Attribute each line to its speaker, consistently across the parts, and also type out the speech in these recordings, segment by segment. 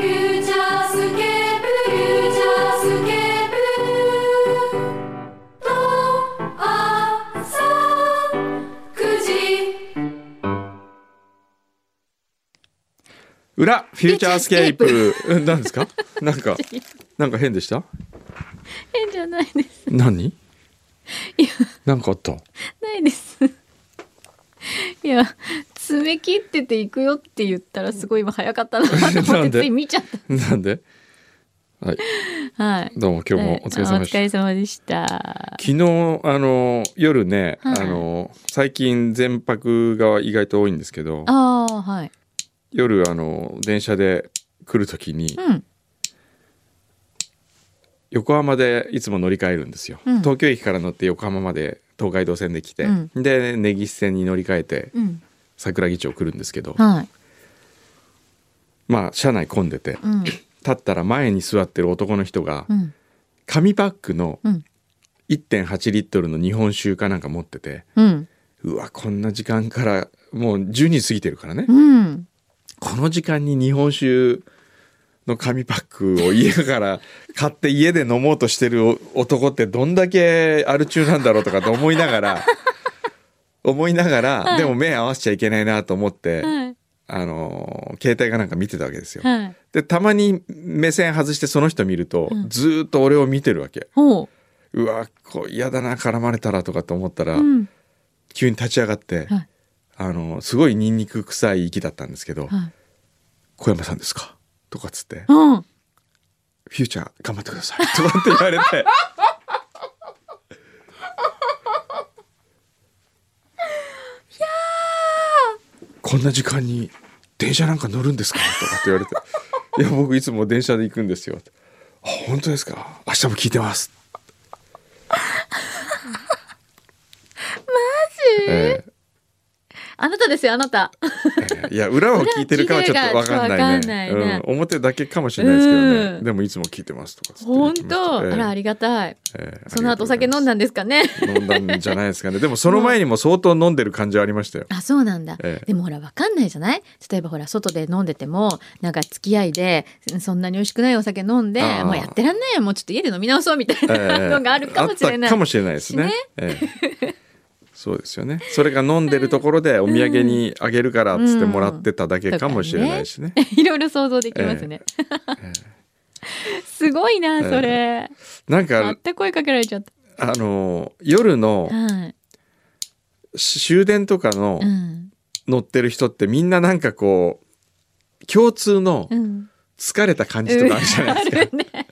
Speaker 1: ャースケープフューチャースケープと朝9時
Speaker 2: 裏フューチャースケープ え何ですかなん かなんか変でした
Speaker 3: 変じゃないです。
Speaker 2: 何
Speaker 3: いや、
Speaker 2: なんかあった
Speaker 3: ないです。いや、爪切ってて行くよって言ったら、すごい今早かったなと
Speaker 2: な
Speaker 3: 思っ
Speaker 2: んで
Speaker 3: て、つい見ちゃっ
Speaker 2: なんではい
Speaker 3: た。はい。
Speaker 2: どうも今日もお疲れ様でした、
Speaker 3: はいお疲れ様でした。
Speaker 2: 昨日あの夜ね、
Speaker 3: はい
Speaker 2: あの最近全泊が意外と多いんですけど
Speaker 3: ああ、はい。
Speaker 2: 夜あの電車で来る時に
Speaker 3: うん。
Speaker 2: 横浜でいつも乗り換えるんですよ、
Speaker 3: うん
Speaker 2: 東京駅から乗って横浜まで東海道線で来て、
Speaker 3: うん
Speaker 2: で根岸線に乗り換えて
Speaker 3: うん。
Speaker 2: 桜木町来るんですけど、
Speaker 3: はい。
Speaker 2: まあ車内混んでて
Speaker 3: うん。
Speaker 2: 立ったら前に座ってる男の人が
Speaker 3: うん。
Speaker 2: 紙パックの
Speaker 3: うん。
Speaker 2: 1.8リットルの日本酒かなんか持ってて
Speaker 3: うん。
Speaker 2: うわこんな時間からもう12時過ぎてるからね
Speaker 3: うん。
Speaker 2: この時間に日本酒の紙パックを家 から買って家で飲もうとしてる男ってどんだけアル中なんだろうとかって思いながら 思いながら、
Speaker 3: はい
Speaker 2: でも目合わせちゃいけないなと思って、
Speaker 3: はい。
Speaker 2: あのー携帯かなんか見てたわけですよ。
Speaker 3: はい。
Speaker 2: でたまに目線外してその人見ると、
Speaker 3: うん
Speaker 2: ずーっと俺を見てるわけ。
Speaker 3: ほう。
Speaker 2: うわこう嫌だな絡まれたらとかと思ったら、
Speaker 3: うん。
Speaker 2: 急に立ち上がって、
Speaker 3: はい
Speaker 2: あのすごいニンニク臭い息だったんですけど
Speaker 3: はい。
Speaker 2: 「小山さんですか?」とかっつって
Speaker 3: う
Speaker 2: 「
Speaker 3: ん。
Speaker 2: フューチャー頑張ってください」 とかって言われてこんな時間に電車なんか乗るんですかとかって言 われて「いや僕いつも電車で行くんですよ」あ本当ですか明日も聞いてます」マジ、ええ
Speaker 3: あなたですよ、あなた。
Speaker 2: ええいや裏を聞いてるかはちょっとわかん
Speaker 3: 裏
Speaker 2: ない
Speaker 3: を聞いてるかはちょっとわかん
Speaker 2: ね
Speaker 3: ないね
Speaker 2: うん、表だけかもしれないですけどね、
Speaker 3: うん
Speaker 2: でもいつも聞いてますとかっつって言
Speaker 3: 本
Speaker 2: ってました
Speaker 3: 当。あ
Speaker 2: ええ
Speaker 3: ら、ありがたい。
Speaker 2: ええ
Speaker 3: その後お酒飲んだんですかね。
Speaker 2: 飲んだんじゃないですかねでもその前にも相当飲んでる感じはありましたよ、
Speaker 3: あそうなんだ、
Speaker 2: ええ
Speaker 3: でもほらわかんないじゃない例えばほら外で飲んでてもなんか付き合いでそんなに美味しくないお酒飲んで
Speaker 2: ああ
Speaker 3: もうやってらんないよもうちょっと家で飲み直そうみたいな
Speaker 2: ええ
Speaker 3: のがあるかもしれ
Speaker 2: あっ
Speaker 3: な
Speaker 2: た
Speaker 3: い。
Speaker 2: かもしれないですね
Speaker 3: ね
Speaker 2: ええそうですよねそれが飲んでるところでお土産にあげるからっつってもらってただけかもしれないしね,、
Speaker 3: いろいろ想像できますね。 すごいなそれ。
Speaker 2: なん
Speaker 3: ま
Speaker 2: か
Speaker 3: た声かけられちゃっ
Speaker 2: あの夜の
Speaker 3: た。はい。
Speaker 2: 終電とかの
Speaker 3: うん
Speaker 2: 乗ってる人ってみんななんかこう共通の
Speaker 3: うん。
Speaker 2: 疲れた感じとかあるじゃないですか、
Speaker 3: うんあるね。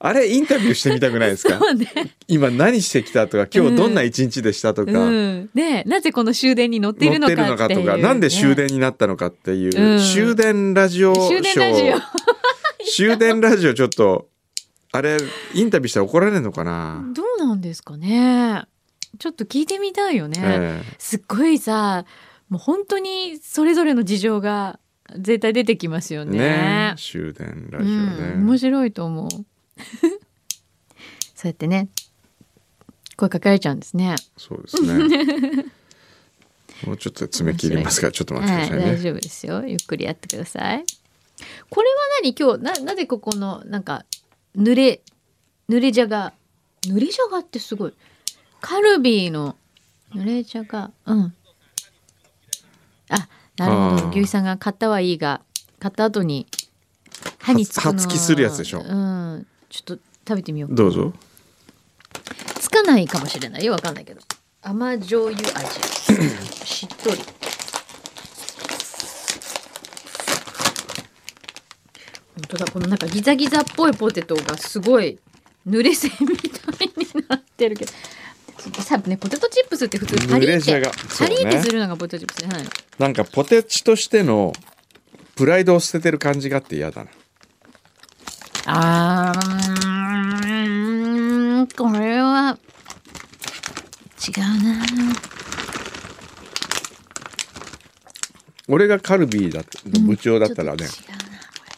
Speaker 2: あれインタビューしてみたくないですか
Speaker 3: そうね。
Speaker 2: 今何してきたとか今日どんな一日でしたとか、
Speaker 3: うん。でなぜこの終電に乗ってい
Speaker 2: 乗
Speaker 3: る
Speaker 2: っ
Speaker 3: の
Speaker 2: てるの
Speaker 3: か
Speaker 2: か
Speaker 3: っていう、
Speaker 2: と
Speaker 3: ね。
Speaker 2: か、なんで終電になったのかっていう、
Speaker 3: うん
Speaker 2: 終電ラジオショ
Speaker 3: 終
Speaker 2: ー
Speaker 3: 電ラジオ
Speaker 2: 終電ラジオちょっとあれインタビューしたら怒られるのかな、
Speaker 3: どうなんですかね。ちょっと聞いてみたいよね。
Speaker 2: え
Speaker 3: すっごいさもう本当にそれぞれの事情が絶対出てきますよ
Speaker 2: え
Speaker 3: ね。
Speaker 2: ねえ終電ラジオね、
Speaker 3: うん、面白いと思う。 そうやってね声かけられちゃうんですね。
Speaker 2: そうですね もうちょっと爪切りますからちょっと待ってくださいね、
Speaker 3: 大丈夫ですよゆっくりやってください。これは何今日ななぜここのなんか濡れ濡れじゃが濡れじゃがってすごいカルビーの濡れじゃがうんあなるほ
Speaker 2: あー
Speaker 3: ど牛さんが買ったはいいが買った後に歯につくの
Speaker 2: はつきするやつでしょ
Speaker 3: うんちょっと食べてみよう
Speaker 2: どうぞ
Speaker 3: つかないかもしれないよわかんないけど甘醤油味 しっとり本当だこのなんかギザギザっぽいポテトがすごい濡れ線みたいになってるけどさねポテトチップスって普通パリ
Speaker 2: 濡れ
Speaker 3: っ
Speaker 2: じゃ
Speaker 3: て
Speaker 2: が
Speaker 3: パリ
Speaker 2: そう
Speaker 3: っ
Speaker 2: ね
Speaker 3: てするのがポテトチップスじゃないの
Speaker 2: なんかポテチとしてのプライドを捨ててる感じがあって嫌だな
Speaker 3: あーうーんこれは違うな
Speaker 2: 俺がカルビーだった部長だったらね
Speaker 3: ちょっと違うな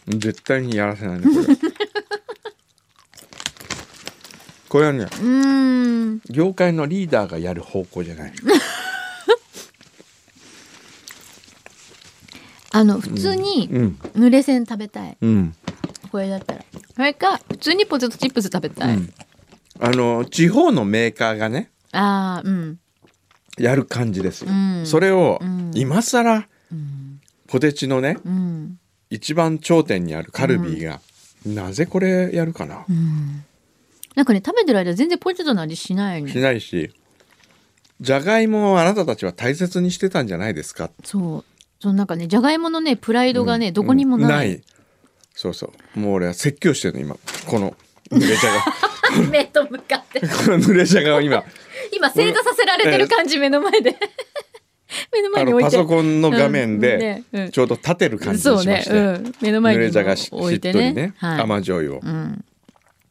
Speaker 2: 絶対にやらせないねこ れはこれはね
Speaker 3: うーん
Speaker 2: 業界のリーダーがやる方向じゃない
Speaker 3: あの普通に
Speaker 2: うん
Speaker 3: 濡れ線食べたい、
Speaker 2: うん
Speaker 3: ここれだったらそれか普通にポテトチップス食べたい、
Speaker 2: うんあの地方のメーカーがね
Speaker 3: ああうん
Speaker 2: やる感じですよ、
Speaker 3: うん
Speaker 2: それを
Speaker 3: うん
Speaker 2: 今更
Speaker 3: うん
Speaker 2: ポテチのね
Speaker 3: うん
Speaker 2: 一番頂点にあるカルビーが、なぜこれやるかな、
Speaker 3: うんなんかね食べてる間全然ポテトの味しないの
Speaker 2: しないしじゃがいもをあなたたちは大切にしてたんじゃないですか
Speaker 3: そうそのなんかねじゃがいものねプライドがね、どこにも
Speaker 2: うん
Speaker 3: ない,、
Speaker 2: そうそうもう俺は説教してるの今この濡れ じゃが
Speaker 3: 目と向かって
Speaker 2: この濡れじゃがを今
Speaker 3: 今正座させられてる感じ目の前で 目の
Speaker 2: あ
Speaker 3: 前に
Speaker 2: の
Speaker 3: 置い
Speaker 2: パ
Speaker 3: て
Speaker 2: ソコンの画面
Speaker 3: うん
Speaker 2: で
Speaker 3: ねうん
Speaker 2: ちょうど立てる感じにしまして、
Speaker 3: そうね、うん、目の前
Speaker 2: 濡
Speaker 3: に
Speaker 2: れじゃがし
Speaker 3: 置
Speaker 2: しっ
Speaker 3: い
Speaker 2: と
Speaker 3: て
Speaker 2: り
Speaker 3: ね
Speaker 2: ね
Speaker 3: はい、
Speaker 2: 甘醤油を、
Speaker 3: うん、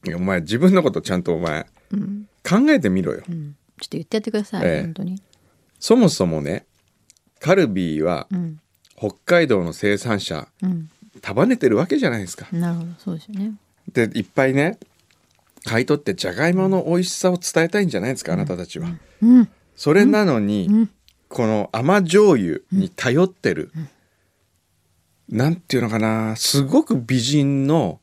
Speaker 2: いやお前自分のことちゃんとお前
Speaker 3: うん
Speaker 2: 考えてみろよ、
Speaker 3: うん、ちょっと言ってやってください、
Speaker 2: ええ
Speaker 3: 本当に、
Speaker 2: そもそもねカルビーは
Speaker 3: うん
Speaker 2: 北海道の生産者
Speaker 3: うん、
Speaker 2: 束ねてるわけじゃないですか
Speaker 3: なるほどそうですよね
Speaker 2: でいっぱいね買い取ってじゃがいもの美味しさを伝えたいんじゃないですかあなたたちは、
Speaker 3: うん
Speaker 2: それなのに、
Speaker 3: うん
Speaker 2: この甘醤油に頼ってる、なんていうのかなすごく美人の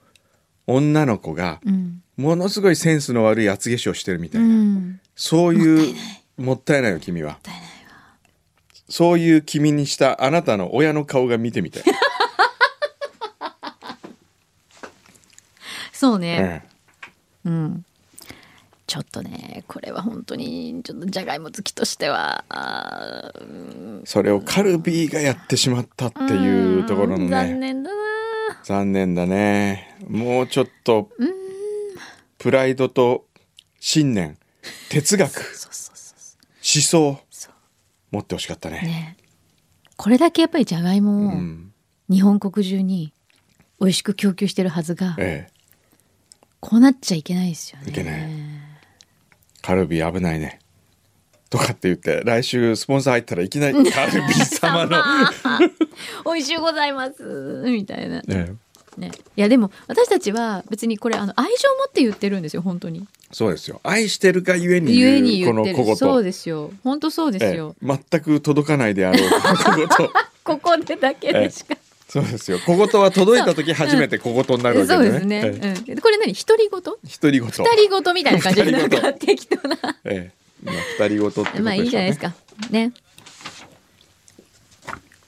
Speaker 2: 女の子が
Speaker 3: うん
Speaker 2: ものすごいセンスの悪い厚化粧してるみた
Speaker 3: う
Speaker 2: いな、
Speaker 3: ん
Speaker 2: そういうもったいないよ君はそういう君にしたあなたの親の顔が見てみたい、
Speaker 3: そうね、
Speaker 2: ええ
Speaker 3: うんちょっとねこれは本当にちょっとじゃがいも好きとしてはあー
Speaker 2: それをカルビーがやってしまったっていうところの
Speaker 3: ん残
Speaker 2: ね
Speaker 3: 念だな
Speaker 2: 残念だねもうちょっとプライドと信念哲学
Speaker 3: そうそうそうそ
Speaker 2: 思想
Speaker 3: そう
Speaker 2: 持ってほしかったね
Speaker 3: うねこれだけやっぱりじゃがいもを
Speaker 2: うん
Speaker 3: 日本国中に美味しく供給してるはずが、
Speaker 2: ええ
Speaker 3: こうなっちゃいけないですよね
Speaker 2: いけないカルビー危ないねとかって言って来週スポンサー入ったらいきなりカルビー 様の、
Speaker 3: 美味しゅうございますみたいな、
Speaker 2: ええ
Speaker 3: ね、いやでも私たちは別にこれあの愛情を持って言ってるんですよ本当に
Speaker 2: そうですよ愛してるがゆえに
Speaker 3: 故に
Speaker 2: 言うこ
Speaker 3: 言
Speaker 2: の
Speaker 3: ってる
Speaker 2: 小言
Speaker 3: そうですよ本当そうですよ、
Speaker 2: ええ全く届かないであろう小 言
Speaker 3: ここでだけでしか、
Speaker 2: そうですよ小言は届いた時初めて小言になるわけ
Speaker 3: そう
Speaker 2: でね
Speaker 3: ですね、
Speaker 2: ええ
Speaker 3: うん、これ何独り言二
Speaker 2: 独り言二
Speaker 3: 人言みたいな感じでなんか適当な
Speaker 2: ええまあ二人ごとってことでしょうね
Speaker 3: まあいいじゃないですかね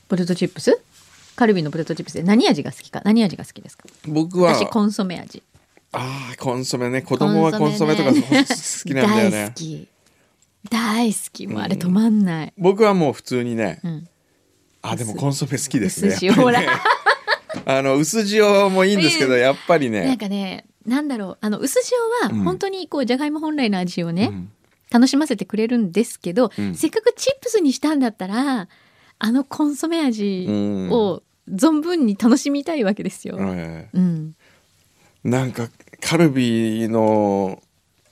Speaker 3: ポテトチップスカルビのポテトチップスで何味が好きか何味が好きですか
Speaker 2: 僕は
Speaker 3: 私コンソメ味
Speaker 2: ああコンソメね子供はコンソメとか
Speaker 3: コンソメね
Speaker 2: 好きなんだよ
Speaker 3: 大好
Speaker 2: ね
Speaker 3: き大好きもうあれ止まんない、
Speaker 2: 僕はもう普通にね、
Speaker 3: ん
Speaker 2: あでもコンソメ好きですね
Speaker 3: 薄塩
Speaker 2: やっぱ
Speaker 3: ほ
Speaker 2: り
Speaker 3: ら
Speaker 2: ね あの薄塩もいいんですけど
Speaker 3: うん
Speaker 2: やっぱり
Speaker 3: なん
Speaker 2: ね
Speaker 3: かねなんだろうあの薄塩
Speaker 2: うん
Speaker 3: は本当にこうじゃがいも本来の味をね、
Speaker 2: うん
Speaker 3: 楽しませてくれるんですけど、
Speaker 2: うん
Speaker 3: せっかくチップスにしたんだったらあのコンソメ味を存分に楽しみたいわけですよ。
Speaker 2: え
Speaker 3: うん、
Speaker 2: えなんかカルビーの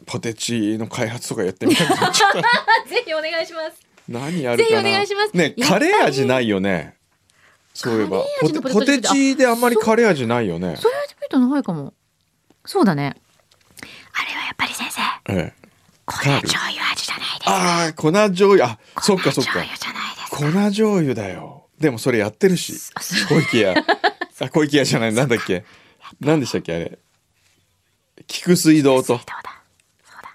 Speaker 2: ポテチの開発とかやってみたい なちょっと
Speaker 3: ぜひお願いします。
Speaker 2: 何やるかな
Speaker 3: ぜひお願いします
Speaker 2: ね
Speaker 3: やっぱ
Speaker 2: カ
Speaker 3: り
Speaker 2: レー味ないよねそういえば
Speaker 3: カレー味の
Speaker 2: ポテ
Speaker 3: ポ
Speaker 2: ポ
Speaker 3: テ
Speaker 2: テ
Speaker 3: トチップス
Speaker 2: チであんまりカレー味ないよね
Speaker 3: それはちょっとないかも。そうだね。あれはやっぱり先生、
Speaker 2: ええ
Speaker 3: こ
Speaker 2: れは
Speaker 3: 醤油味じゃないです
Speaker 2: ああ粉醤油あそっかそっか
Speaker 3: じゃないです。
Speaker 2: 粉醤油だよでもそれやってるし
Speaker 3: あそう
Speaker 2: 小池 屋あ小池屋じゃないなんだっけなんでしたっけあれ菊水道と
Speaker 3: どうだ。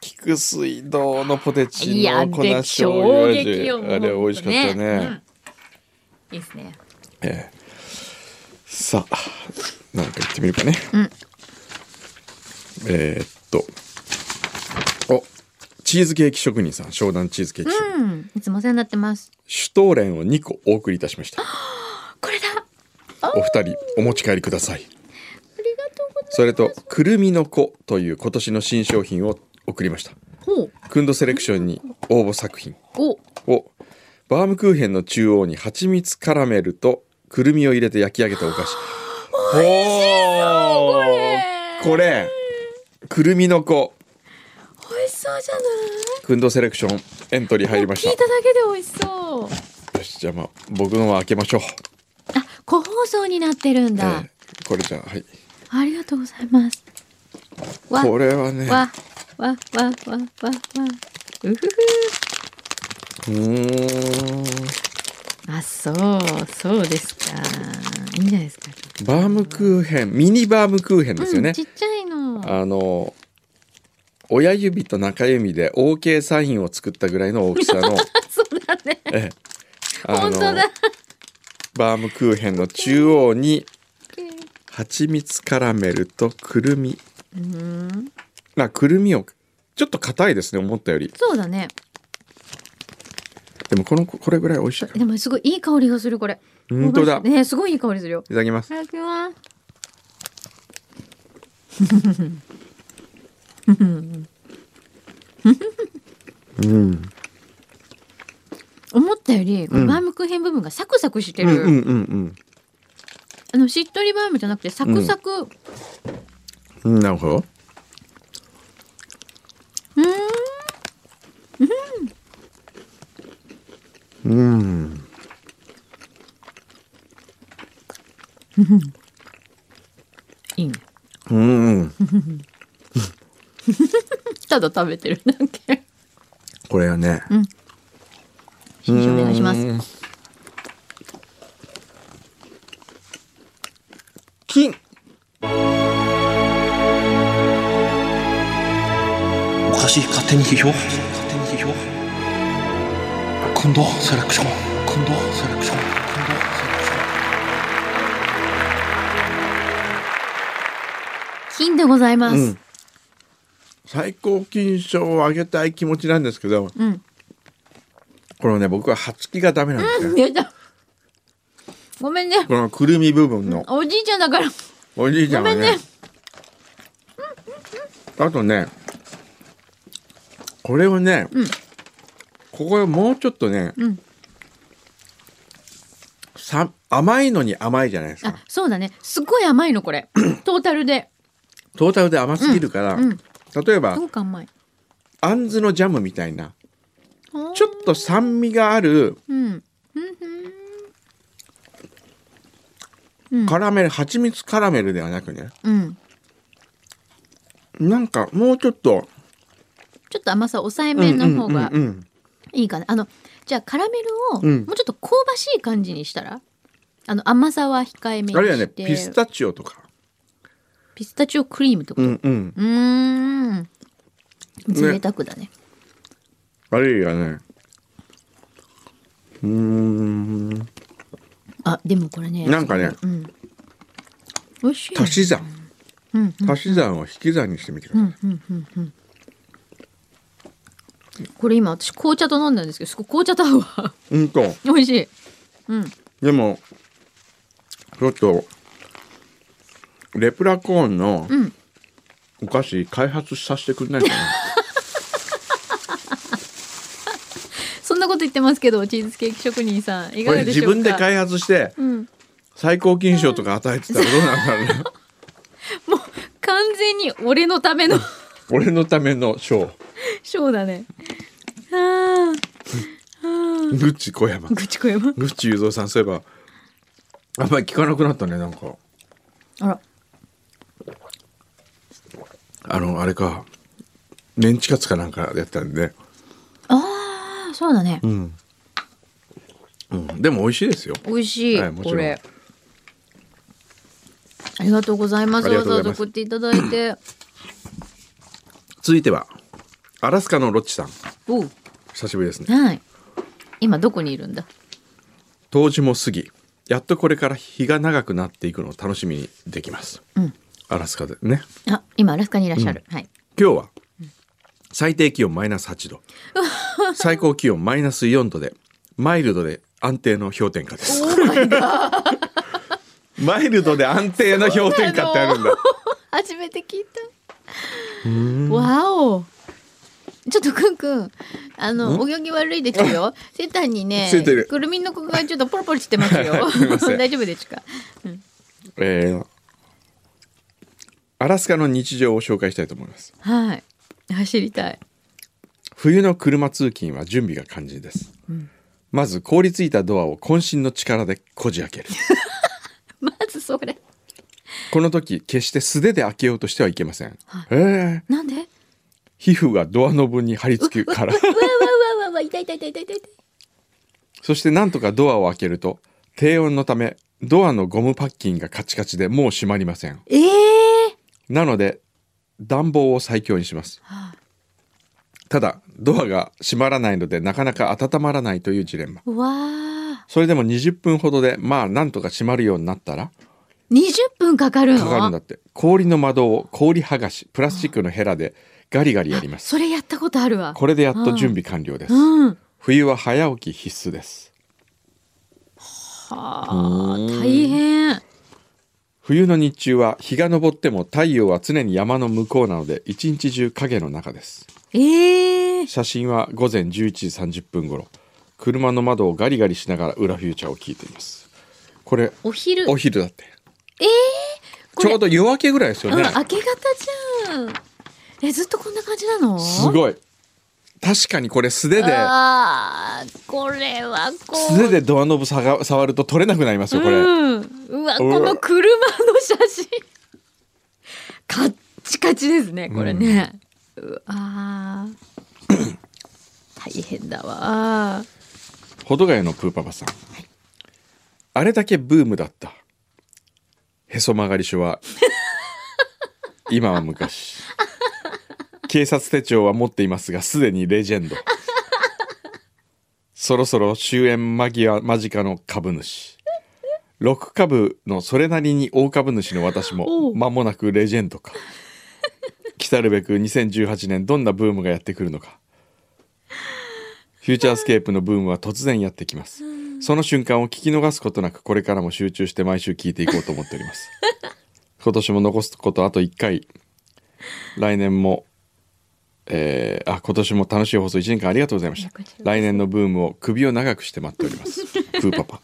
Speaker 2: 菊水道のポテ
Speaker 3: い
Speaker 2: チ
Speaker 3: や
Speaker 2: の粉
Speaker 3: で
Speaker 2: 醤
Speaker 3: 衝
Speaker 2: 油
Speaker 3: 撃
Speaker 2: 味
Speaker 3: よ
Speaker 2: あれ美味しかったね、
Speaker 3: うんいいですね
Speaker 2: ええさあ何か言ってみるかね、
Speaker 3: うん
Speaker 2: えーっとおチーズケーキ職人さん湘南チーズケーキ職人、
Speaker 3: うんいつもお世話になってます
Speaker 2: シュトーレンを2個お送りいたしました
Speaker 3: これだあ
Speaker 2: お二人お持ち帰りください
Speaker 3: りがとうございます
Speaker 2: それとくるみの子という今年の新商品を送りました
Speaker 3: ほう
Speaker 2: クンドセレクションに応募作品
Speaker 3: お
Speaker 2: をバームクーヘンの中央に蜂蜜カラメルとくるみを入れて焼き上げたお菓子お
Speaker 3: れ
Speaker 2: これくるみの子
Speaker 3: 美味しそうじゃない
Speaker 2: クンドセレクションエントリー入りまし
Speaker 3: 聞い
Speaker 2: た
Speaker 3: ただけで美味しそう
Speaker 2: よしじゃあまあ僕のは開けましょう、
Speaker 3: あ個包装になってるん
Speaker 2: え
Speaker 3: だ、
Speaker 2: ーこれじゃあはい
Speaker 3: ありがとうございますわ
Speaker 2: これはね
Speaker 3: わわわわわわうふふ
Speaker 2: うーん
Speaker 3: あそうそうですかいいんじゃないですか
Speaker 2: バームクーヘンミニバームクーヘンですよ
Speaker 3: うん
Speaker 2: ね
Speaker 3: ち、っちゃいの
Speaker 2: あの親指と中指で OK サインを作ったぐらいの大きさ の
Speaker 3: そうだね
Speaker 2: ええ
Speaker 3: 本当だ
Speaker 2: バームクーヘンの中央に蜂蜜カラメルとくるみ
Speaker 3: うん
Speaker 2: まあくるみをちょっと硬いですね思ったより
Speaker 3: そうだね
Speaker 2: でもこのこれぐらい美味しいから
Speaker 3: でもすごいいい香りがするこれ
Speaker 2: 本当だい
Speaker 3: ねすごいいい香りするよ
Speaker 2: ただきます
Speaker 3: いただきます
Speaker 2: うん
Speaker 3: 思ったより、この
Speaker 2: うん
Speaker 3: バームクーヘン部分がサクサクしてる、
Speaker 2: うんうんうん
Speaker 3: あのしっとりバームじゃなくてサクサク、うん、
Speaker 2: うんなるほどうん
Speaker 3: いいね
Speaker 2: うんうん
Speaker 3: ただ食べてるだけ
Speaker 2: これはね
Speaker 3: 新書お願いします
Speaker 2: うん金
Speaker 4: おかしい勝手に批評勝手に批評近藤セレクション近藤セレクション近藤セレクション
Speaker 3: 金でございます、う
Speaker 2: うんん最高金賞をあげたい気持ちなんですけどこれね僕は葉付きがダメなんですよ、
Speaker 3: やだごめんね
Speaker 2: このくるみ部分の
Speaker 3: おじいちゃんだから
Speaker 2: おじいちゃんは
Speaker 3: ご
Speaker 2: ね
Speaker 3: めんね
Speaker 2: あとねこれをね、
Speaker 3: うん
Speaker 2: ここへもうちょっとね、
Speaker 3: うん
Speaker 2: さ甘いのに甘いじゃないです
Speaker 3: あ
Speaker 2: か
Speaker 3: そうだねすごい甘いのこれトータルで
Speaker 2: トータルで甘すぎるから、
Speaker 3: うんうん
Speaker 2: 例えば
Speaker 3: すごく甘い
Speaker 2: あんずのジャムみたいな
Speaker 3: ほー
Speaker 2: ちょっと酸味がある
Speaker 3: うんうん
Speaker 2: カラメル蜂蜜カラメルではなくね
Speaker 3: うん
Speaker 2: なんかもうちょっと
Speaker 3: ちょっと甘さ抑えめの方が
Speaker 2: うんうんうんうん
Speaker 3: いいかなあのじゃあカラメルを
Speaker 2: うん
Speaker 3: もうちょっと香ばしい感じにしたらあの甘さは控えめにして
Speaker 2: あるいはねピスタチオとか
Speaker 3: ピスタチオクリームってこ
Speaker 2: う
Speaker 3: と
Speaker 2: んうん
Speaker 3: うーん贅沢だね
Speaker 2: あるいはねうーん
Speaker 3: あでもこれね
Speaker 2: なんかね
Speaker 3: うん美味しいね
Speaker 2: 足し算
Speaker 3: うん
Speaker 2: 足し算を引き算にしてみてくだ
Speaker 3: う
Speaker 2: さい、
Speaker 3: んうんうんうんこれ今私紅茶と飲んだんですけどすごい紅茶と合うわ
Speaker 2: うん、と
Speaker 3: 美味しいうん
Speaker 2: でもちょっとレプラコーンの
Speaker 3: うん
Speaker 2: お菓子開発させてくれないかな、
Speaker 3: そんなこと言ってますけどチーズケーキ職人さんい
Speaker 2: こ
Speaker 3: かが
Speaker 2: れ
Speaker 3: でし
Speaker 2: 自
Speaker 3: ょうか
Speaker 2: 分で開発して
Speaker 3: うん
Speaker 2: 最高金賞とか与えてたらどうなんだろうね
Speaker 3: もう完全に俺のための
Speaker 2: 俺のための賞
Speaker 3: ショーだねあ
Speaker 2: グッチ小山
Speaker 3: あ口越えま
Speaker 2: グッチ雄三さんそういえばあんまり聞かなくなったねなんか
Speaker 3: あら
Speaker 2: あのあれかメンチカツかなんかやったんでね
Speaker 3: ああそうだね
Speaker 2: うん、うん、でも美味しいですよ
Speaker 3: 美味しい、
Speaker 2: はいもちろ
Speaker 3: こ
Speaker 2: ん
Speaker 3: れありがとうございます
Speaker 2: ありが
Speaker 3: わ
Speaker 2: とう
Speaker 3: ざ
Speaker 2: ござい
Speaker 3: わざ
Speaker 2: ます
Speaker 3: 送っていただいて
Speaker 2: 続いてはアラスカのロッチさん
Speaker 3: おう
Speaker 2: 久しぶりですね
Speaker 3: はい今どこにいるんだ
Speaker 2: 冬至も過ぎやっとこれから日が長くなっていくのを楽しみにできます、
Speaker 3: うん
Speaker 2: アラスカでね
Speaker 3: あ今アラスカにいらっしゃる、はい
Speaker 2: 今日は最低気温マイナス8度最高気温マイナス4度でマイルドで安定の氷点下 ですマイルドで安定の氷点下ってあるんだ
Speaker 3: 初めて聞いた。わお。ちょっとくんくん、あの、お行儀悪いです よ。セーターにね
Speaker 2: ついてる、
Speaker 3: くるみの子がちょっとポロポロしてますよ
Speaker 2: はい すいま。せん
Speaker 3: 大丈夫ですか。
Speaker 2: えーアラスカの日常を紹介したいと思います
Speaker 3: はい。走りたい。
Speaker 2: 冬の車通勤は準備が肝心です、まず凍りついたドアを渾身の力でこじ開ける
Speaker 3: まずそれ。
Speaker 2: この時決して素手で開けようとしてはいけません、
Speaker 3: はい
Speaker 2: えー
Speaker 3: なんで。うわ
Speaker 2: 皮膚がドアノブに張り付くから
Speaker 3: うわうわうわ、痛い痛い痛い痛い痛い。
Speaker 2: そしてなんとかドアを開けると低温のためドアのゴムパッキンがカチカチでもう閉まりません
Speaker 3: ええ
Speaker 2: なので暖房を最強にします
Speaker 3: は
Speaker 2: ただドアが閉まらないのでなかなか温まらないというジレンマ
Speaker 3: ー、わあ
Speaker 2: それでも20分ほどでまあなんとか閉まるようになったら
Speaker 3: 20分かかるの
Speaker 2: かかるんだって氷の窓を氷剥がしプラスチックのヘラでガリガリやります
Speaker 3: それやったことあるわ
Speaker 2: これでやっと準備完了です
Speaker 3: うんは
Speaker 2: 冬は早起き必須です
Speaker 3: あ大変
Speaker 2: 冬の日中は日が昇っても太陽は常に山の向こうなので一日中影の中です
Speaker 3: ええ
Speaker 2: 写真は午前11時30分頃車の窓をガリガリしながら裏フューチャーを聞いていますこれ
Speaker 3: お昼
Speaker 2: お昼だって
Speaker 3: こ
Speaker 2: ち
Speaker 3: れ
Speaker 2: ょうど夜明けぐらいですよ
Speaker 3: うん
Speaker 2: ね
Speaker 3: 明け方じゃんえずっとこんな感じなの
Speaker 2: す
Speaker 3: い
Speaker 2: ごい確かにこれ素手で
Speaker 3: あーこれはこう
Speaker 2: 素手でドアノブさが触ると取れなくなりますよこれ、
Speaker 3: うん、うわこの車の写真カッチカチですねこれね、うわー 大変だわ
Speaker 2: 保土ヶ谷のプーパパさん、あれだけブームだったへそ曲がり書は今は昔警察手帳は持っていますがすでにレジェンドそろそろ終焉間際間近の株主6株のそれなりに大株主の私
Speaker 3: お
Speaker 2: も
Speaker 3: う
Speaker 2: 間もなくレジェンドか来たるべく2018年どんなブームがやってくるのかフューチャースケープのブームは突然やってきますその瞬間を聞き逃すことなくこれからも集中して毎週聞いていこうと思っております今年も残すことあと1回来年もえーあ今年も楽しい放送1年間ありがとうございました
Speaker 3: こちらこそ
Speaker 2: 来年のブームを首を長くして待っております プーパパ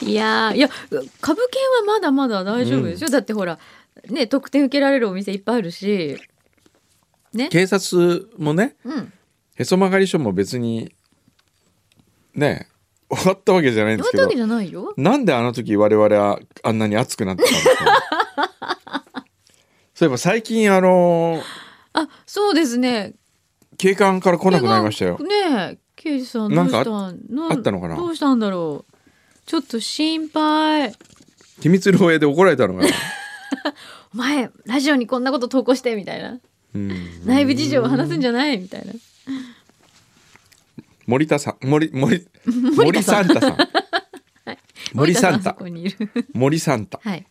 Speaker 3: いやーいや株券はまだまだ大丈夫でしょ、だってほらね特典受けられるお店いっぱいあるしね
Speaker 2: 警察もね
Speaker 3: うん
Speaker 2: へそ曲がり署も別にねえ終わったわけじゃないん
Speaker 3: 言
Speaker 2: で
Speaker 3: わ
Speaker 2: す
Speaker 3: れ
Speaker 2: け
Speaker 3: た
Speaker 2: ど
Speaker 3: わけじゃないよ
Speaker 2: なんであの時我々はあんなに熱くなってたんですかそういえば最近あの
Speaker 3: あそうですね
Speaker 2: 警官から来なくなりましたよ
Speaker 3: ねえ刑事さんど
Speaker 2: な
Speaker 3: うんした
Speaker 2: か
Speaker 3: んな
Speaker 2: あったのかな
Speaker 3: どうしたんだろうちょっと心配
Speaker 2: 秘密漏洩で怒られたのが、
Speaker 3: お前ラジオにこんなこと投稿してみたいな
Speaker 2: うん、
Speaker 3: 内部事情を話すんじゃないみたいな
Speaker 2: 森田さん森 森森サンタさん森サン
Speaker 3: 森田さんあ
Speaker 2: タ
Speaker 3: そこにいる
Speaker 2: 森サンタ
Speaker 3: はい、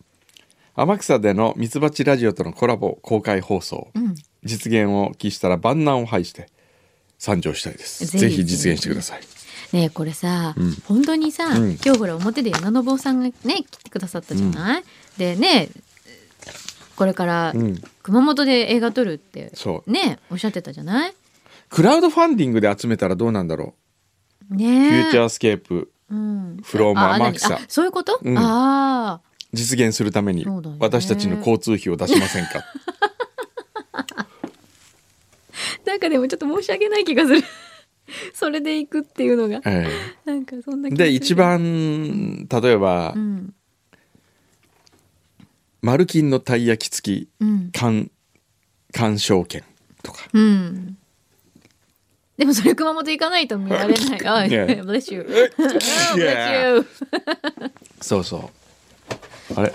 Speaker 2: 天草でのミツバチラジオとのコラボ公開放送、
Speaker 3: うん、
Speaker 2: 実現を期したら万難を排して参上したいです
Speaker 3: ぜひ
Speaker 2: ぜひ実現してください
Speaker 3: ねえこれさ、
Speaker 2: うん
Speaker 3: 本当にさ、
Speaker 2: うん
Speaker 3: 今日ほら表で柳の坊さんがね来てくださったじゃない、でねこれから
Speaker 2: うん
Speaker 3: 熊本で映画撮るって、
Speaker 2: そう
Speaker 3: ねおっしゃってたじゃない
Speaker 2: クラウドファンディングで集めたらどうなんだろう、
Speaker 3: ね
Speaker 2: フューチャ
Speaker 3: ー
Speaker 2: ースケープ
Speaker 3: うん、
Speaker 2: from
Speaker 3: ああ
Speaker 2: 天草
Speaker 3: 何あそういうこと、
Speaker 2: うん
Speaker 3: ああ
Speaker 2: 実現するために
Speaker 3: そうだね
Speaker 2: 私たちの交通費を出しません か
Speaker 3: なんかでもちょっと申し訳ない気がする それで行くっていうのが
Speaker 2: え
Speaker 3: なんかそんな
Speaker 2: え
Speaker 3: 気がする
Speaker 2: で一、番例えば、
Speaker 3: うん
Speaker 2: マルキンのたい焼き付
Speaker 3: うん
Speaker 2: き鑑鑑賞券とか
Speaker 3: うん。でもそれ熊本行かないと見られない。 あ、
Speaker 2: Yeah.
Speaker 3: bless you. Oh, bless you.
Speaker 2: そうそうあれ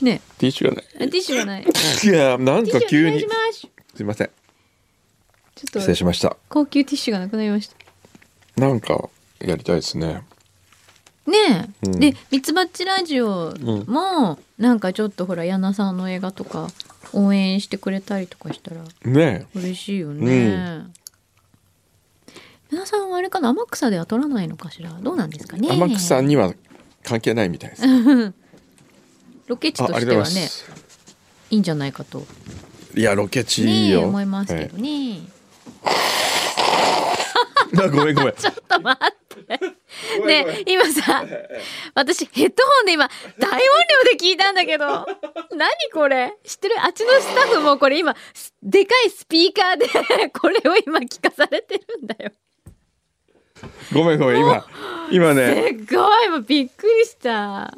Speaker 3: ね、
Speaker 2: ティッシュがない
Speaker 3: ティッシュがない。テ
Speaker 2: いやなん
Speaker 3: ィッ
Speaker 2: か
Speaker 3: シュお
Speaker 2: 急
Speaker 3: 願い
Speaker 2: に
Speaker 3: します。
Speaker 2: すいません
Speaker 3: ち
Speaker 2: 失
Speaker 3: ょ
Speaker 2: 礼
Speaker 3: っと
Speaker 2: しました
Speaker 3: 高級ティッシュがなくなりました。
Speaker 2: なんかやりたいですね
Speaker 3: ねえ、
Speaker 2: うん
Speaker 3: でミツバチラジオも、なんかちょっとほらヤナさんの映画とか応援してくれたりとかしたら
Speaker 2: ね
Speaker 3: 嬉しいよね。ヤナさんはあれかな天草では撮らないのかしらどうなんですかね
Speaker 2: え天草には関係ないみたいです、
Speaker 3: ロケ地
Speaker 2: あ
Speaker 3: と
Speaker 2: あり
Speaker 3: し
Speaker 2: がとう
Speaker 3: て
Speaker 2: ご
Speaker 3: は
Speaker 2: ざいま
Speaker 3: ね
Speaker 2: す
Speaker 3: いいんじゃないかと
Speaker 2: いやロケ地いい
Speaker 3: ね
Speaker 2: よ、
Speaker 3: 思いますけど
Speaker 2: え
Speaker 3: ね、
Speaker 2: えあごめんごめん
Speaker 3: ちょっと待ってねえ今さ私ヘッドホンで今大音量で聞いたんだけど何これ知ってるあっちのスタッフもこれ今すでかいスピーカーでこれを今聞かされてるんだよ
Speaker 2: ごめんごめん今今ね
Speaker 3: すごいもうびっくりした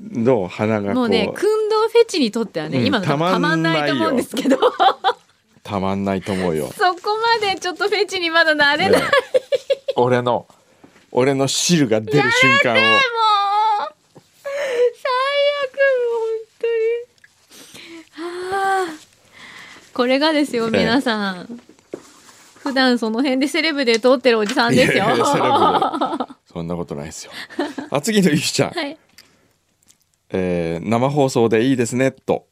Speaker 2: どう鼻がこ
Speaker 3: も
Speaker 2: う
Speaker 3: うね訓導フェチにとってはね、
Speaker 2: うん
Speaker 3: 今の
Speaker 2: たまん
Speaker 3: たまんないと思うんですけど
Speaker 2: たまんないと思うよ
Speaker 3: そこまでちょっとフェチにまだなれない、
Speaker 2: ねえ俺の俺の汁が出る瞬間を
Speaker 3: もう最悪もう本当にはあこれがですよ
Speaker 2: ええ
Speaker 3: 皆さん普段その辺でセレブで通ってるおじさんですよ
Speaker 2: いやい やセレブで
Speaker 3: は
Speaker 2: そんなことないですよあ次のゆきちゃん、
Speaker 3: い
Speaker 2: えー生放送でいいですねと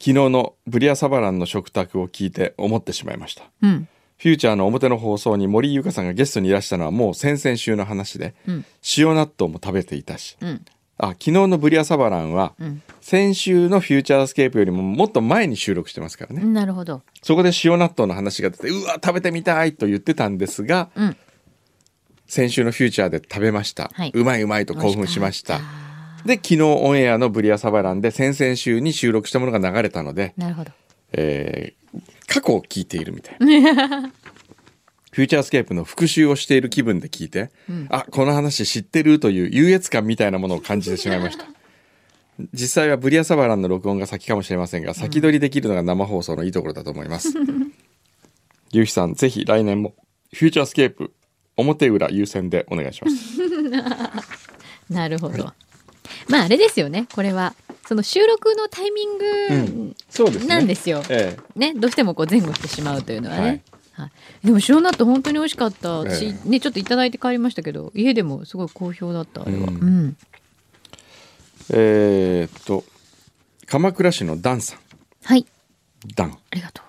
Speaker 2: 昨日のブリアサバランの食卓を聞いて思ってしまいました
Speaker 3: うん
Speaker 2: フューチャーの表の放送に森井ゆかさんがゲストにいらしたのはもう先々週の話で、
Speaker 3: うん
Speaker 2: 塩納豆も食べていたし
Speaker 3: うん
Speaker 2: あ昨日のブリアサバランは、
Speaker 3: うん
Speaker 2: 先週のフューチャースケープよりももっと前に収録してますからね、
Speaker 3: うんなるほど
Speaker 2: そこで塩納豆の話が出てうわ食べてみたいと言ってたんですが
Speaker 3: うん
Speaker 2: 先週のフューチャーで食べました、
Speaker 3: はいう
Speaker 2: まいうまいと興奮しました
Speaker 3: 美味かった
Speaker 2: で昨日オンエアのブリアサバランで先々週に収録したものが流れたので、
Speaker 3: なるほど
Speaker 2: えー過去を聞いているみたいな フューチャースケープの復習をしている気分で聞いて、あこの話知ってるという優越感みたいなものを感じてしまいました実際はブリアサバランの録音が先かもしれませんが先取りできるのが生放送のいいところだと思いますゆうひさんぜひ来年もフューチャースケープ表裏優先でお願いします
Speaker 3: なるほどまああれですよねこれはその収録のタイミング
Speaker 2: そうですね
Speaker 3: なんですよ、
Speaker 2: え
Speaker 3: ね、どうしてもこう前後してしまうというのはね。
Speaker 2: は
Speaker 3: はいいでも塩納豆本当に美味しかった私、
Speaker 2: え
Speaker 3: ねちょっといただいて帰りましたけど家でもすごい好評だったあれは、
Speaker 2: う
Speaker 3: うんん
Speaker 2: ええーっと鎌倉市のダンさん
Speaker 3: はい
Speaker 2: ダン
Speaker 3: ありがと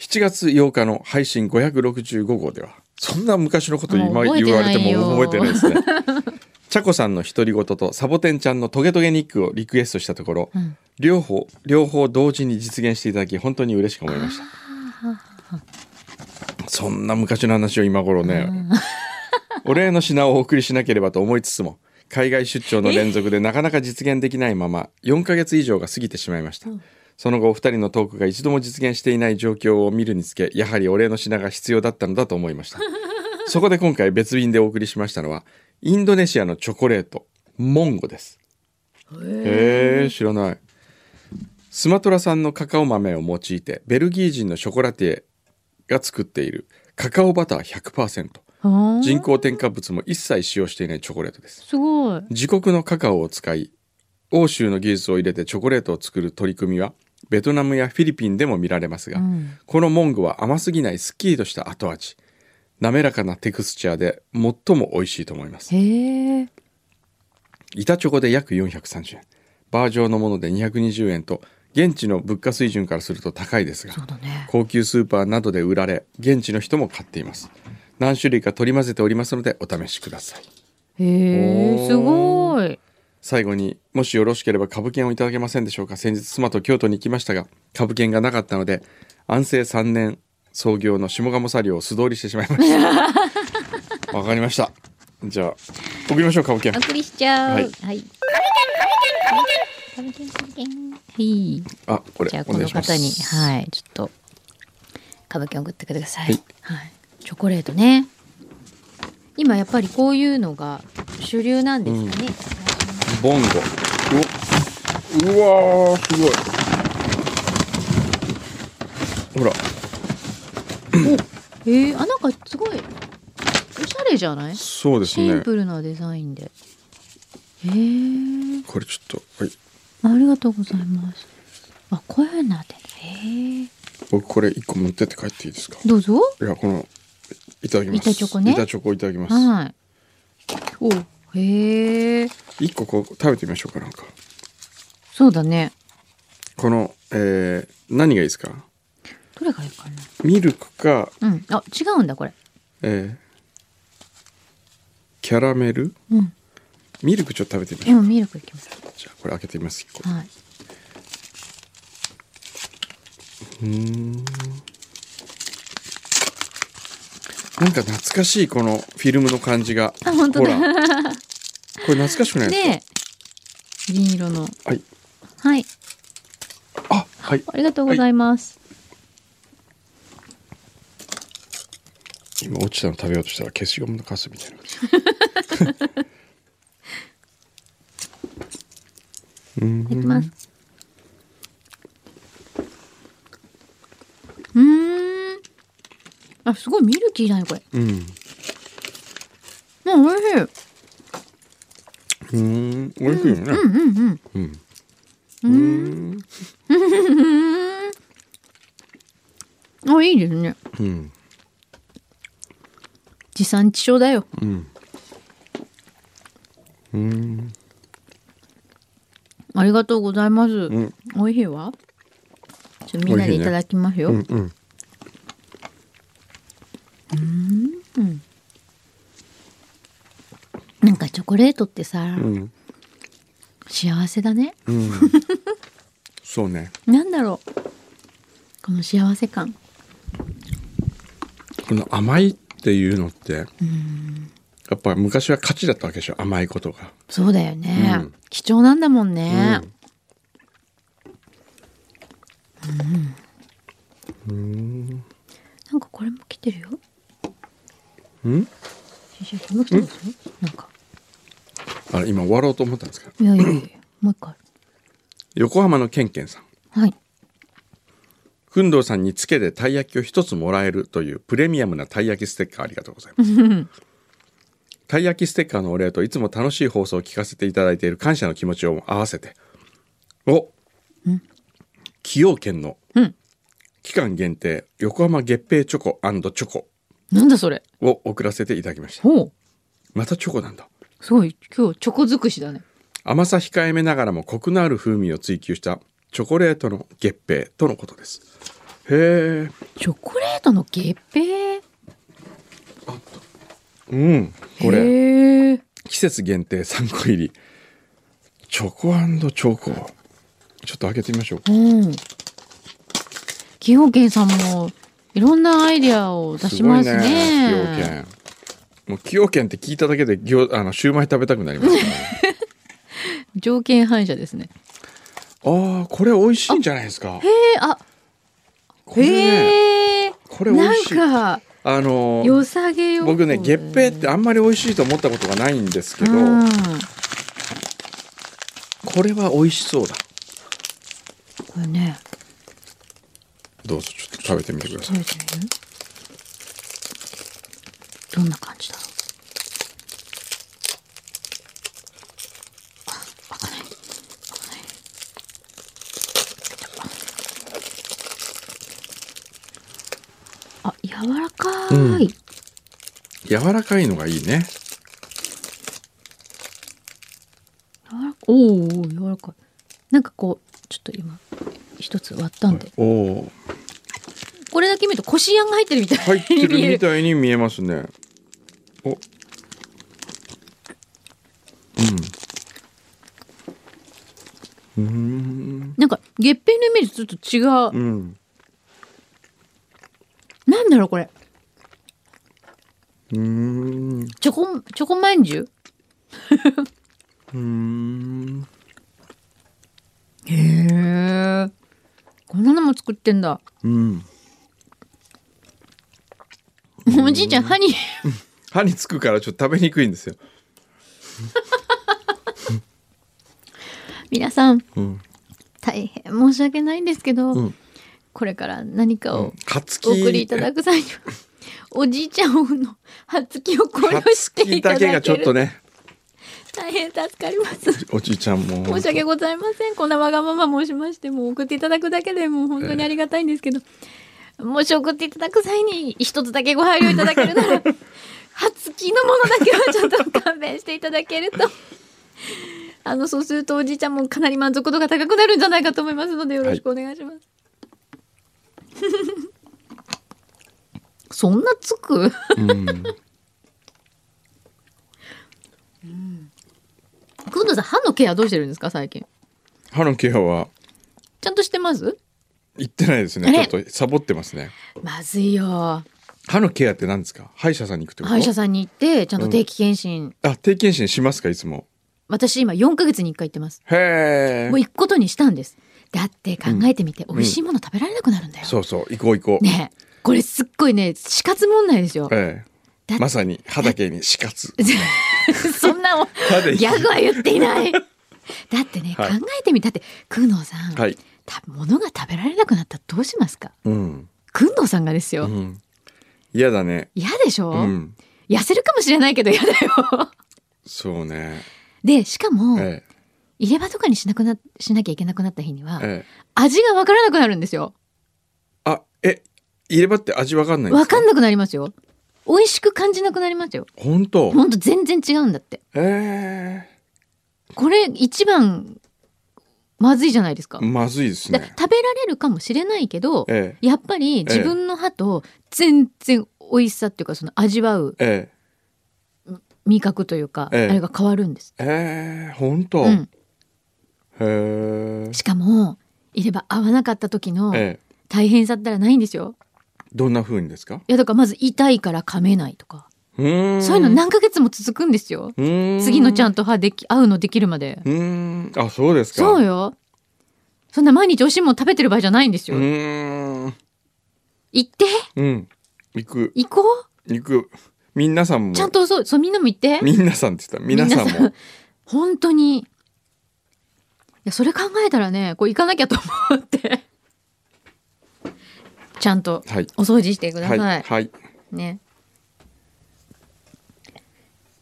Speaker 2: 7月8日の配信565号ではそんな昔のこと今
Speaker 3: もう覚え
Speaker 2: 言
Speaker 3: て
Speaker 2: わ
Speaker 3: な
Speaker 2: れ
Speaker 3: い
Speaker 2: て
Speaker 3: よ
Speaker 2: も覚えてないですね ちゃこさんの独り言とサボテンちゃんのトゲトゲニックをリクエストしたところ、
Speaker 3: う、うん、
Speaker 2: 両方両方同時に実現していただき本当に嬉しく思いましたそんな昔の話を今頃ねお礼の品をお送りしなければと思いつつも海外出張の連続でなかなか実現できないまま4ヶ月以上が過ぎてしまいましたその後お二人のトークが一度も実現していない状況を見るにつけやはりお礼の品が必要だったのだと思いましたそこで今回別便でお送りしましたのはインドネシアのチョコレートモンゴですへえ知らないスマトラ産のカカオ豆を用いてベルギー人のショコラティエが作っているカカオバター100%
Speaker 3: あー
Speaker 2: 人工添加物も一切使用していないチョコレートです
Speaker 3: すごい
Speaker 2: 自国のカカオを使い欧州の技術を入れてチョコレートを作る取り組みはベトナムやフィリピンでも見られますが、
Speaker 3: うん
Speaker 2: このモンゴは甘すぎないすっきりとした後味滑らかなテクスチャーで最も美味しいと思います
Speaker 3: へえ
Speaker 2: 板チョコで約430円バー状のもので220円と現地の物価水準からすると高いですが
Speaker 3: そうだね
Speaker 2: 高級スーパーなどで売られ現地の人も買っています何種類か取り混ぜておりますのでお試しください
Speaker 3: へ
Speaker 2: おー
Speaker 3: えすごい
Speaker 2: 最後にもしよろしければ株券をいただけませんでしょうか先日妻と京都に行きましたが株券がなかったので安政3年創業の下鴨茶寮を素通りしてしまいました わかりましたじゃあ送りましょう株券
Speaker 3: お送りしちゃう
Speaker 2: は
Speaker 3: はいいはいはい
Speaker 2: あこれ
Speaker 3: じゃあ
Speaker 2: お
Speaker 3: こ
Speaker 2: 願
Speaker 3: の
Speaker 2: いします
Speaker 3: 方にはいちょっと歌舞伎送ってください、
Speaker 2: は
Speaker 3: はいいチョコレートね今やっぱりこういうのが主流なんですかね、
Speaker 2: ボンゴうわうわーすごいほら
Speaker 3: えー、あなんかすごいおしゃれじゃない
Speaker 2: そうです
Speaker 3: シ
Speaker 2: ね
Speaker 3: ンプルなデザインでえー、
Speaker 2: これちょっとはい
Speaker 3: ありがとうございますあこういうふうになってんだえー、
Speaker 2: 僕これ一個持ってって帰っていいですか
Speaker 3: どうぞ
Speaker 2: いやこのいただきます
Speaker 3: 板チョコね
Speaker 2: 板チョコいただきます
Speaker 3: はいおへえー、
Speaker 2: 一個こう食べてみましょうかなんか
Speaker 3: そうだね
Speaker 2: このえー、何がいいですか
Speaker 3: どれがいいかな
Speaker 2: ミルクか
Speaker 3: うんあ違うんだこれ
Speaker 2: えー、キャラメル
Speaker 3: うん
Speaker 2: ミルクちょっと食べてみましょ
Speaker 3: 今ミルクいきま
Speaker 2: う
Speaker 3: す
Speaker 2: じゃあこれ開けてみます一個
Speaker 3: はい。
Speaker 2: なんか懐かしいこのフィルムの感じが
Speaker 3: あ本当だ
Speaker 2: ほらこれ懐かしくないですか、
Speaker 3: で、銀色の。
Speaker 2: はい
Speaker 3: はい。
Speaker 2: あはい
Speaker 3: ありがとうございます。
Speaker 2: 今落ちたの食べようとしたら消しゴムのカスみたいな感じ
Speaker 3: い、ただきます。うーん。あ、すごいミルキーだね、これ。
Speaker 2: うん
Speaker 3: うん、美味しい。
Speaker 2: うん美味しいよね
Speaker 3: うんうんうん。
Speaker 2: うん
Speaker 3: あ、いいですね。
Speaker 2: うん
Speaker 3: 地産地消だよ。
Speaker 2: うんうん
Speaker 3: ありがとうございます。
Speaker 2: ん
Speaker 3: 美味しいわ。ちょみんなでいただきますよ。
Speaker 2: うんうん
Speaker 3: なんかチョコレートってさ、
Speaker 2: うん
Speaker 3: 幸せだね。
Speaker 2: うんそうね
Speaker 3: なんだろう。この幸せ感。
Speaker 2: この甘いっていうのってやっぱ昔は価値だったわけでしょ甘いことが
Speaker 3: そうだよね。
Speaker 2: うん
Speaker 3: 貴重なんだもんね。なんかこれも来てるよ。
Speaker 2: うん
Speaker 3: 先生、これも来てますよ。なんか。
Speaker 2: あれ今終わろうと思ったんですけど
Speaker 3: いやいやいや、もう一個ある。
Speaker 2: 横浜のケンケンさん
Speaker 3: はい。
Speaker 2: くんどうさんにつけでたい焼きを一つもらえるというプレミアムなたい焼きステッカーありがとうございます。 たい焼きステッカーのお礼といつも楽しい放送を聞かせていただいている感謝の気持ちを合わせて、お崎陽軒の
Speaker 3: うん
Speaker 2: 期間限定横浜月餅チョコチョコ
Speaker 3: なんだそれ。
Speaker 2: を送らせていただきました。
Speaker 3: ほう。
Speaker 2: またチョコなんだ。
Speaker 3: すごい。今日チョコ尽くしだね。
Speaker 2: 甘さ控えめながらもコクのある風味を追求したチョコレートの月餅とのことです。へえ。
Speaker 3: チョコレートの月餅。
Speaker 2: うん。これ。
Speaker 3: へえ。
Speaker 2: 季節限定3個入りチョコチョコちょっと開けてみましょう
Speaker 3: うん。崎陽軒さんもいろんなアイディアを出しますね。
Speaker 2: 崎陽軒もう崎陽軒って聞いただけで餃あのシューマイ食べたくなりますからね
Speaker 3: 条件反射ですね。
Speaker 2: ああこれ美味しいんじゃないですか
Speaker 3: へえ、あ、
Speaker 2: これね
Speaker 3: へえ。
Speaker 2: これ美味しい
Speaker 3: なんか
Speaker 2: あの
Speaker 3: 良さげよ。
Speaker 2: 僕ね月餅ってあんまり美味しいと思ったことがないんですけど
Speaker 3: うん。
Speaker 2: これは美味しそうだ
Speaker 3: これね。
Speaker 2: どうぞちょっと食べてみてくださ
Speaker 3: 食
Speaker 2: い
Speaker 3: べてみるどんな感じだろうあ開かない開かないあ柔らか
Speaker 2: う
Speaker 3: い、
Speaker 2: ん柔らかいのがいいね
Speaker 3: 柔らかおーおー柔らかいなんかこうちょっと今一つ割ったんで、
Speaker 2: おお
Speaker 3: これだけ見るとこしあんが入ってるみた
Speaker 2: 入
Speaker 3: い
Speaker 2: って
Speaker 3: に
Speaker 2: る
Speaker 3: 見え
Speaker 2: み
Speaker 3: る
Speaker 2: たいに見えますね。お。うん。うーん。
Speaker 3: なんか月餅のイメージとちょっと違
Speaker 2: う
Speaker 3: う、
Speaker 2: ん。
Speaker 3: なんだろうこれ
Speaker 2: うーん。う
Speaker 3: チョコチョコまんじゅう
Speaker 2: ーん。
Speaker 3: へえ。こんなのも作ってんだ。
Speaker 2: うん。
Speaker 3: おじいちゃん、歯に。
Speaker 2: 歯につくからちょっと食べにくいんですよ。
Speaker 3: 皆さん、
Speaker 2: うん。
Speaker 3: 大変申し訳ないんですけど、
Speaker 2: うん。
Speaker 3: これから何かを
Speaker 2: カツキ。
Speaker 3: お送りいただく際には、おじいちゃんの初期を考慮
Speaker 2: カツ
Speaker 3: して
Speaker 2: キ
Speaker 3: いた
Speaker 2: だ
Speaker 3: だ
Speaker 2: け
Speaker 3: け
Speaker 2: が
Speaker 3: る
Speaker 2: ちょっとね、
Speaker 3: 大変助かります。
Speaker 2: おじいちゃんも。
Speaker 3: 申し訳ございません。こんなわがまま申しまして、もう送っていただくだけでもう本当にありがたいんですけど、もし送っていただく際に一つだけご配慮いただけるなら、初期のものだけはちょっと勘弁していただけると。あの、そうするとおじいちゃんもかなり満足度が高くなるんじゃないかと思いますので、よろしくお願いします。 そんなつく
Speaker 2: うん。
Speaker 3: くんどうさん、歯のケアどうしてるんですか、最近。
Speaker 2: 歯のケアは
Speaker 3: ちゃんとしてます
Speaker 2: 行ってないです
Speaker 3: あ
Speaker 2: ね。
Speaker 3: れ
Speaker 2: ちょっとサボってますね。
Speaker 3: まずいよ。
Speaker 2: 歯のケアって何ですか歯医者さんに行くってこと
Speaker 3: 歯医者さんに行って、ちゃんと定期検診、
Speaker 2: あ、定期検診しますかいつも。
Speaker 3: 私今4ヶ月に1回行ってます。
Speaker 2: へえ
Speaker 3: もう。行くことにしたんです。だって考えてみて、美味しいもの食べられなくなるんだよ。
Speaker 2: そうそう、行こう行こう。
Speaker 3: ねえこれすっごいね、死活問題ですよ。
Speaker 2: え
Speaker 3: だっ
Speaker 2: え、まさに歯だけに死活。
Speaker 3: そ んなお
Speaker 2: 歯で
Speaker 3: ギャグは言って いない。だってね、
Speaker 2: はい
Speaker 3: 考えてみたって、くんのうさん、
Speaker 2: はい。
Speaker 3: た物が食べられなくなったらどうしますか
Speaker 2: うん。
Speaker 3: くんのうさんがです
Speaker 2: う
Speaker 3: よ。
Speaker 2: ん。嫌だね。
Speaker 3: 嫌でしょ、
Speaker 2: うん。
Speaker 3: 痩せるかもしれないけど嫌だよ。
Speaker 2: そうね。
Speaker 3: で、しかも、
Speaker 2: え
Speaker 3: 入れ歯とかにしなくな、しなきゃいけなくなった日には
Speaker 2: え、、ええ。
Speaker 3: 味がわからなくなるんですよ。
Speaker 2: あ、え、入れ歯って味わかんないんで
Speaker 3: わ
Speaker 2: すか
Speaker 3: かんなくなりますよ。美味しく感じなくなりますよ。
Speaker 2: 本当。
Speaker 3: ほんと全然違うんだって。
Speaker 2: え
Speaker 3: これ一番、まずいじゃないですか
Speaker 2: え。まずいです
Speaker 3: だ
Speaker 2: ね。
Speaker 3: 食べられるかもしれないけど、
Speaker 2: え
Speaker 3: やっぱり自分の歯と全然美味しさっていうかその味わう
Speaker 2: え、え
Speaker 3: 味覚というか、
Speaker 2: ええ
Speaker 3: あれが変わるんです。
Speaker 2: え、ええ、本当。
Speaker 3: う
Speaker 2: へ
Speaker 3: ん、
Speaker 2: え。
Speaker 3: しかもいれば合わなかった時の
Speaker 2: ええ、
Speaker 3: 大変さったらないんですよ。
Speaker 2: どんな風にですか。
Speaker 3: いやだからまず痛いから噛めないとか、
Speaker 2: うーん。
Speaker 3: そういうの何ヶ月も続くんですよ。
Speaker 2: うーん。
Speaker 3: 次のちゃんと歯でき合うのできるまで。
Speaker 2: うーん。あ、そうですか。
Speaker 3: そう
Speaker 2: よ。
Speaker 3: よ。そんな毎日美味しいもの食べてる場合じゃないんです
Speaker 2: う
Speaker 3: よ。
Speaker 2: ーん。
Speaker 3: 行って
Speaker 2: うん。行く。
Speaker 3: 行こう
Speaker 2: 行く。みなさんも。
Speaker 3: ちゃん。とそうそうみんなも行って。
Speaker 2: みなさんって言った。皆さんも。
Speaker 3: 本当にいやそれ考えたらねこう行かなきゃと思って ちゃんと
Speaker 2: はい。
Speaker 3: お掃除してくださ、
Speaker 2: はいい。はい。
Speaker 3: ね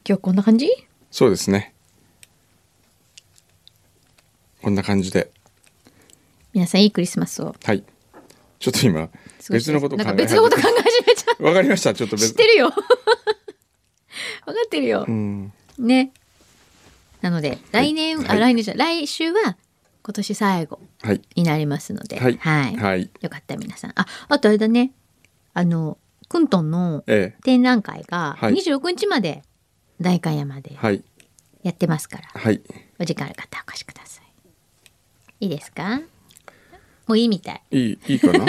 Speaker 3: 今日こんな感じ
Speaker 2: そうですね。こんな感じで。
Speaker 3: 皆さんいいクリスマスを
Speaker 2: はい。ちょっと今、
Speaker 3: 過ごして
Speaker 2: 別のこと考
Speaker 3: なんか
Speaker 2: え
Speaker 3: 別のこと考え始めちゃ
Speaker 2: わかりました。ちょっと
Speaker 3: う知っ
Speaker 2: 別
Speaker 3: て。るよ 分かってるよ
Speaker 2: うん。
Speaker 3: ねなので来年、
Speaker 2: は
Speaker 3: あ
Speaker 2: い
Speaker 3: 来年じゃない来週は今年最後
Speaker 2: はい。
Speaker 3: になりますので
Speaker 2: はい。
Speaker 3: はい
Speaker 2: はい。
Speaker 3: よかった皆さん。あ、あとあれだね。あの、くんとんの
Speaker 2: ええ。
Speaker 3: 展覧会が
Speaker 2: はい
Speaker 3: 26日まで代官山で
Speaker 2: はい。
Speaker 3: やってますから、
Speaker 2: はい。
Speaker 3: お時間ある方はお越しください。いいですかもういいみたい。
Speaker 2: いい、いいかな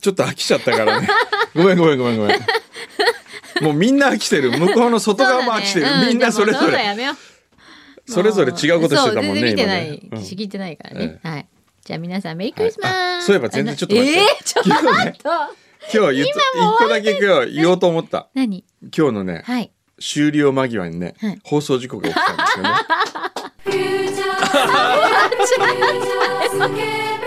Speaker 2: ちょっと飽きちゃった からね。ごめんごめんごめんごめん。もうみんな飽きてる。向こうの外側も飽きてる。
Speaker 3: そうだねう
Speaker 2: みんなそれぞ
Speaker 3: じゃあもううだ
Speaker 2: れ、
Speaker 3: やめよう
Speaker 2: それぞれ違うことしてたもん
Speaker 3: そう
Speaker 2: ね、
Speaker 3: 全然見て
Speaker 2: 今
Speaker 3: ない、
Speaker 2: ね。うん
Speaker 3: 聞いてないからね
Speaker 2: え。
Speaker 3: はい。じゃあ皆さんメリークリスマス、
Speaker 2: はいあそういえば全然ちょっと待って
Speaker 3: あのえー、ちょっと
Speaker 2: 今 日ね、
Speaker 3: と。
Speaker 2: 今日言った
Speaker 3: 今も
Speaker 2: 一個だけ今日言おうと思った。
Speaker 3: 何
Speaker 2: 今日のね、
Speaker 3: はい。
Speaker 2: 終了間際にね、
Speaker 3: はい
Speaker 2: 放送事故が起きたんですよね。
Speaker 1: フューチャースケープ